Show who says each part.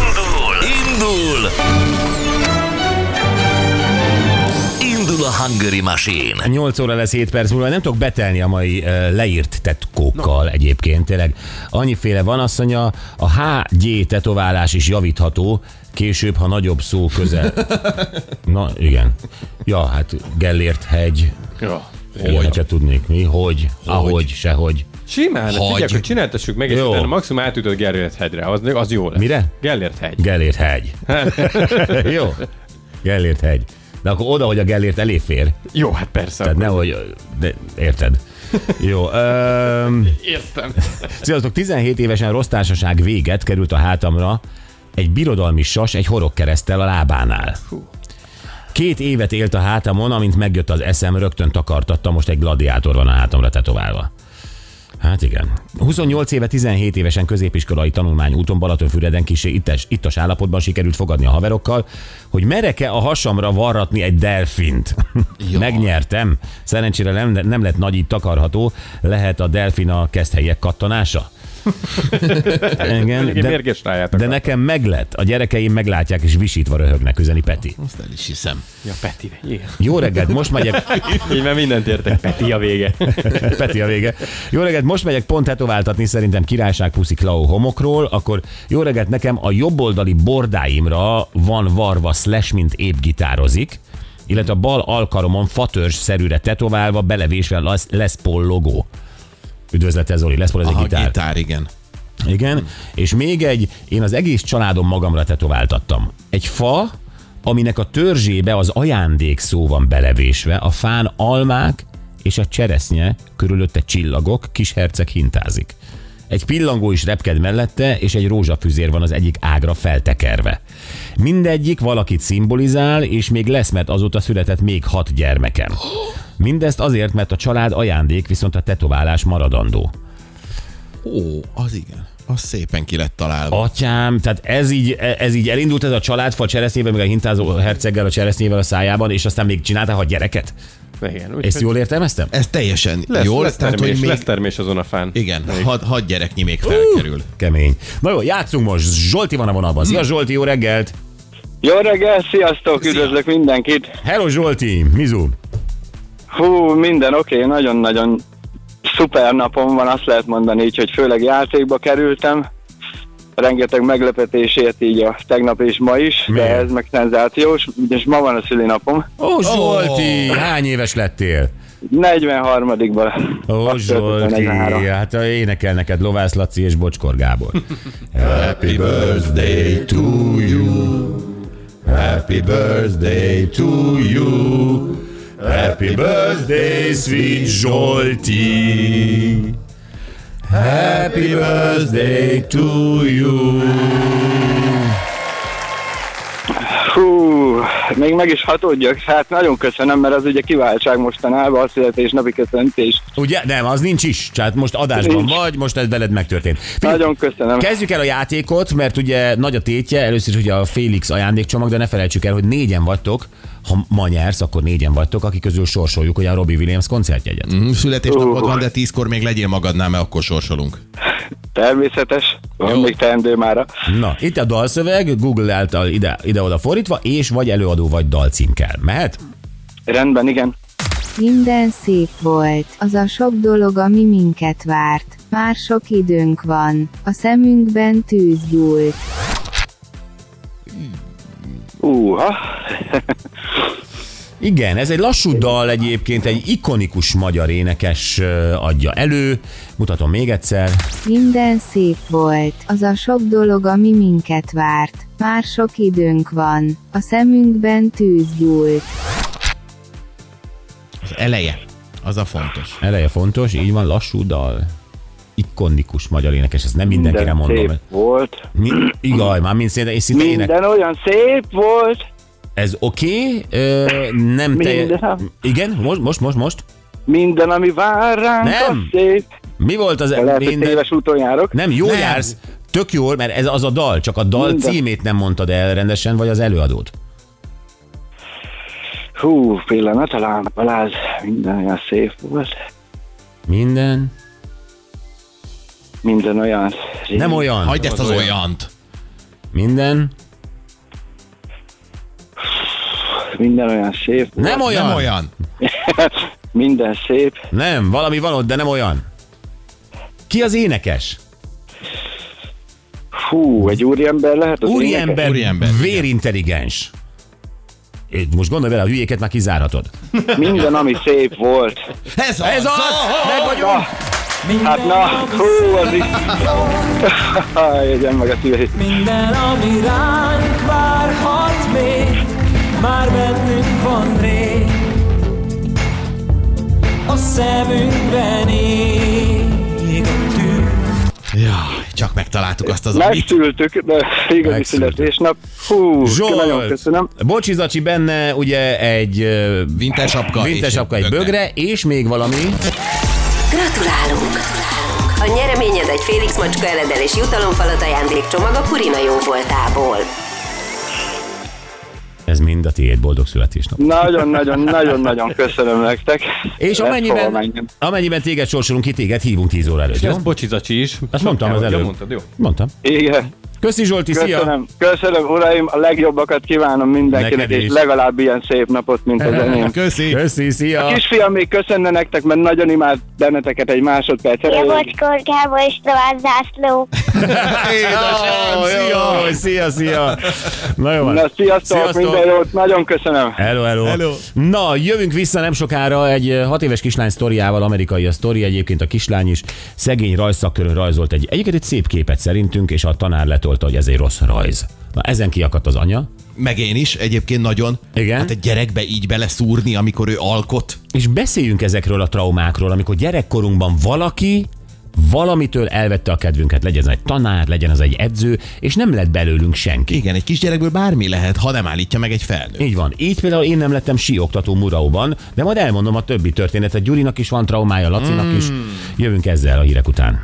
Speaker 1: Indul! Indul! Indul a Hungary Machine!
Speaker 2: 8 óra lesz 7 perc múlva, nem tudok betelni a mai ö, leírt tetkókkal no. egyébként, tényleg annyiféle van, azt mondja, a HG tetoválás is javítható, később, ha nagyobb szó közel. Na, igen. Ja, hát Gellért hegy,
Speaker 3: Ja.
Speaker 2: ilyeneket tudnék mi, hogy, ahogy, sehogy.
Speaker 3: Simán, hát figyelj, akkor csináltassuk meg, és
Speaker 2: Jó.
Speaker 3: utána maximum átütött Gellért hegyre, az, az jó lesz.
Speaker 2: Mire?
Speaker 3: Gellért hegy.
Speaker 2: Gellért hegy. Jó? Gellért hegy. De akkor oda, hogy a Gellért elé fér.
Speaker 3: Jó, hát persze.
Speaker 2: Tehát nehogy, de érted. Jó. Um,
Speaker 3: Értem. Hát
Speaker 2: Sziasztok, 17 évesen rossz társaság véget került a hátamra egy birodalmi sas egy horogkereszttel a lábánál. Két évet élt a hátamon, amint megjött az eszem, rögtön takartatta, most egy gladiátor van a hátamra tetoválva. Hát igen. 28 éve 17 évesen középiskolai tanulmány úton Balatonfüreden kisé ittes, ittas állapotban sikerült fogadni a haverokkal, hogy mereke a hasamra varratni egy delfint. Ja. Megnyertem. Szerencsére nem, nem lett nagy így takarható. Lehet a delfin a keszthelyek kattanása? Igen,
Speaker 3: Egy
Speaker 2: de,
Speaker 3: mérges rájátok.
Speaker 2: de nekem meglett. A gyerekeim meglátják és visítva röhögnek, üzeni Peti.
Speaker 4: Azt el is hiszem.
Speaker 3: Ja, Peti. Igen.
Speaker 2: Jó reggelt, most megyek...
Speaker 3: Így már mindent értek, Peti a vége.
Speaker 2: Peti a vége. Jó reggelt, most megyek pont tetováltatni szerintem királyság puszi Klau homokról, akkor jó reggelt nekem a jobboldali bordáimra van varva slash, mint épp gitározik, illetve a bal alkaromon fatörzs szerűre tetoválva, belevésve lesz, lesz Paul logó. Üdvözlete Zoli, lesz Paul ez egy
Speaker 4: Aha,
Speaker 2: gitár.
Speaker 4: gitár, igen.
Speaker 2: Igen, és még egy, én az egész családom magamra tetováltattam. Egy fa, aminek a törzsébe az ajándék szó van belevésve, a fán almák és a cseresznye, körülötte csillagok, kis herceg hintázik. Egy pillangó is repked mellette, és egy rózsafűzér van az egyik ágra feltekerve. Mindegyik valakit szimbolizál, és még lesz, mert azóta született még hat gyermekem. Mindezt azért, mert a család ajándék, viszont a tetoválás maradandó.
Speaker 4: Ó, az igen. Az szépen ki lett találva.
Speaker 2: Atyám, tehát ez így, ez így elindult ez a családfa cseresznyével, meg a hintázó herceggel a cseresznyével a szájában, és aztán még csináltál a gyereket?
Speaker 3: Igen,
Speaker 2: Ezt
Speaker 3: úgyhogy
Speaker 2: jól értelmeztem?
Speaker 4: Ez teljesen
Speaker 3: lesz,
Speaker 4: jól,
Speaker 3: lesz,
Speaker 4: tehát
Speaker 3: termés,
Speaker 4: hogy még...
Speaker 3: lesz termés azon a fán.
Speaker 4: igen, had, had gyereknyi még felkerül.
Speaker 2: Kemény. Na jó, játszunk most. Zsolti van a vonalban. Szia Zsolti, jó reggelt!
Speaker 5: Jó reggel, sziasztok, üdvözlök mindenkit.
Speaker 2: Hello Zsolti, Mizu.
Speaker 5: Hú, minden oké, okay, nagyon-nagyon szuper napom van, azt lehet mondani így, hogy főleg játékba kerültem. Rengeteg meglepetésért így a tegnap és ma is, de
Speaker 2: Miért?
Speaker 5: ez meg szenzációs, és ma van a szülinapom.
Speaker 2: Ó, Zsolti, oh. hány éves lettél?
Speaker 5: 43-ban.
Speaker 2: Ó,
Speaker 5: Azt töltöttem
Speaker 2: Zsolti,
Speaker 5: 43.
Speaker 2: hát énekel neked Lovász Laci és Bocskor Gábor.
Speaker 4: Happy birthday to you. Happy birthday to you. Happy birthday, sweet Zsolti. Happy birthday to you.
Speaker 5: Hú, még meg is hatódjak, hát nagyon köszönöm, mert az ugye kiváltság mostanában, a születésnapi köszöntés.
Speaker 2: Ugye? Nem, az nincs is. Tehát most adásban
Speaker 5: Nincs.
Speaker 2: vagy, most ez veled megtörtént. Figyelj,
Speaker 5: Nagyon köszönöm.
Speaker 2: Kezdjük el a játékot, mert ugye nagy a tétje, először is ugye a Félix ajándékcsomag, de ne felejtsük el, hogy négyen vagytok, ha ma nyersz, akkor négyen vagytok, akik közül sorsoljuk ugye a Robbie Williams koncertjegyet. Mm.
Speaker 4: Mm, Születésnapod van, de tízkor még legyél magadnál, mert akkor sorsolunk.
Speaker 5: Természetes, van
Speaker 4: Jó.
Speaker 5: még teendő mára.
Speaker 2: Na, itt a dalszöveg, Google által ide, ide-oda fordítva, és vagy előadó, vagy dalcím kell. Mehet?
Speaker 5: Rendben, igen.
Speaker 6: Minden szép volt, az a sok dolog, ami minket várt. Már sok időnk van, a szemünkben tűz gyúlt.
Speaker 5: Úha,
Speaker 2: Igen, ez egy lassú dal egyébként, egy ikonikus magyar énekes ö, adja elő. Mutatom még egyszer.
Speaker 6: Minden szép volt, az a sok dolog, ami minket várt. Már sok időnk van, a szemünkben tűz gyúlt.
Speaker 4: Az eleje. Az a fontos.
Speaker 2: Eleje fontos, így van, lassú dal. Ikonikus magyar énekes, ezt nem mindenkire
Speaker 5: minden
Speaker 2: mondom.
Speaker 5: szép volt.
Speaker 2: Mi, igaj, már mind szinte, és szinte ének,
Speaker 5: Minden olyan szép volt,
Speaker 2: Ez oké, okay, nem
Speaker 5: Minden.
Speaker 2: te... Igen, most, most, most, most.
Speaker 5: minden, ami vár ránk,
Speaker 2: Nem.
Speaker 5: az szép.
Speaker 2: Mi volt az... e-
Speaker 5: De lehet, hogy
Speaker 2: minden-
Speaker 5: téves úton járok.
Speaker 2: Nem, jól
Speaker 4: Nem.
Speaker 2: jársz, tök jól, mert ez az a dal, csak a dal
Speaker 5: Minden.
Speaker 2: címét nem mondtad el rendesen, vagy az előadót.
Speaker 5: Hú, pillanat, talán Balázs, minden olyan szép volt.
Speaker 2: Minden
Speaker 5: minden olyan.
Speaker 2: Nem olyan.
Speaker 4: Hagyd ezt az
Speaker 3: olyan.
Speaker 4: olyant.
Speaker 2: Minden.
Speaker 5: Minden olyan szép.
Speaker 2: Nem olyan.
Speaker 4: Nem olyan.
Speaker 5: Minden szép.
Speaker 2: Nem, valami van ott, de nem olyan. Ki az énekes?
Speaker 5: Fú, egy úriember lehet az énekes?
Speaker 2: Úriember,
Speaker 4: Úriember, igen.
Speaker 2: vérintelligens. Én Most gondolj vele, a hülyéket már kizárhatod.
Speaker 5: Minden, ami szép volt.
Speaker 4: Ez az!
Speaker 2: Ez az!
Speaker 4: Szóval-
Speaker 2: Meg
Speaker 5: Szóval-
Speaker 2: vagyunk!
Speaker 5: Hát na, hú, az is. Jegyen meg a szívét.
Speaker 7: Minden, ami ránk várhat még, már bennünk van rég, a szemünkben ég a tűz.
Speaker 4: Jaj, csak megtaláltuk azt az, amit.
Speaker 5: Megszültük, de igazi
Speaker 2: Megszültük.
Speaker 5: születésnap. Hú, nagyon
Speaker 2: Zsolt!
Speaker 5: köszönöm.
Speaker 2: Bocsi Zacsi benne ugye egy ö,
Speaker 4: Winter sapka.
Speaker 2: Winter
Speaker 4: és
Speaker 2: sapka, egy bögre, és még valami.
Speaker 8: Gratulálunk! A nyereményed egy Félix macska eledel és jutalomfalat ajándékcsomag a Purina jó voltából.
Speaker 2: Ez mind a tiéd, boldog születésnap.
Speaker 5: Nagyon-nagyon-nagyon-nagyon köszönöm nektek.
Speaker 2: És
Speaker 5: Ezt fogom
Speaker 2: amennyiben,
Speaker 5: engem.
Speaker 2: amennyiben téged sorsolunk ki, téged hívunk 10 óra előtt,
Speaker 3: És
Speaker 2: jó?
Speaker 3: ezt bocsizacsi is.
Speaker 2: Ezt mondtam az
Speaker 3: Ja,
Speaker 2: előbb.
Speaker 3: Mondtad, jó.
Speaker 2: Mondtam.
Speaker 5: Igen,
Speaker 2: Köszi Zsolti, szia!
Speaker 5: köszönöm. Köszönöm, uraim, a legjobbakat kívánom mindenkinek,
Speaker 2: Neked is.
Speaker 5: és legalább ilyen szép napot, mint az enyém.
Speaker 4: Köszi.
Speaker 2: Köszi, szia!
Speaker 5: Kisfiam még köszönne nektek, mert nagyon imád benneteket egy másodperc.
Speaker 9: Én
Speaker 5: erejéig.
Speaker 9: Bocskor Gábor és Novák Zászló.
Speaker 4: Édesem,
Speaker 2: Jó,
Speaker 4: szia!
Speaker 2: jó, szia, szia! Na jó van.
Speaker 5: Na, sziasztok, minden jót, nagyon köszönöm.
Speaker 2: Hello, hello.
Speaker 4: Hello.
Speaker 2: Na, jövünk vissza nem sokára egy ö, hat éves kislány sztoriával, amerikai a sztori, egyébként a kislány is szegény rajzszakkörön rajzolt egy, egyébként egy szép képet szerintünk, és a tanár letolta, hogy ez egy rossz rajz. Na, ezen kiakadt az anya,
Speaker 4: Meg én is egyébként nagyon.
Speaker 2: Igen?
Speaker 4: Hát egy gyerekbe így beleszúrni, amikor ő alkot.
Speaker 2: és beszéljünk ezekről a traumákról, amikor gyerekkorunkban valaki valamitől elvette a kedvünket, legyen ez egy tanár, legyen ez egy edző, és nem lett belőlünk senki.
Speaker 4: Igen, egy kisgyerekből bármi lehet, ha nem állítja meg egy felnő.
Speaker 2: Így van. Így például én nem lettem síoktató Murauban, de majd elmondom a többi történetet. Gyurinak is van traumája, Lacinak is. Jövünk ezzel a hírek után.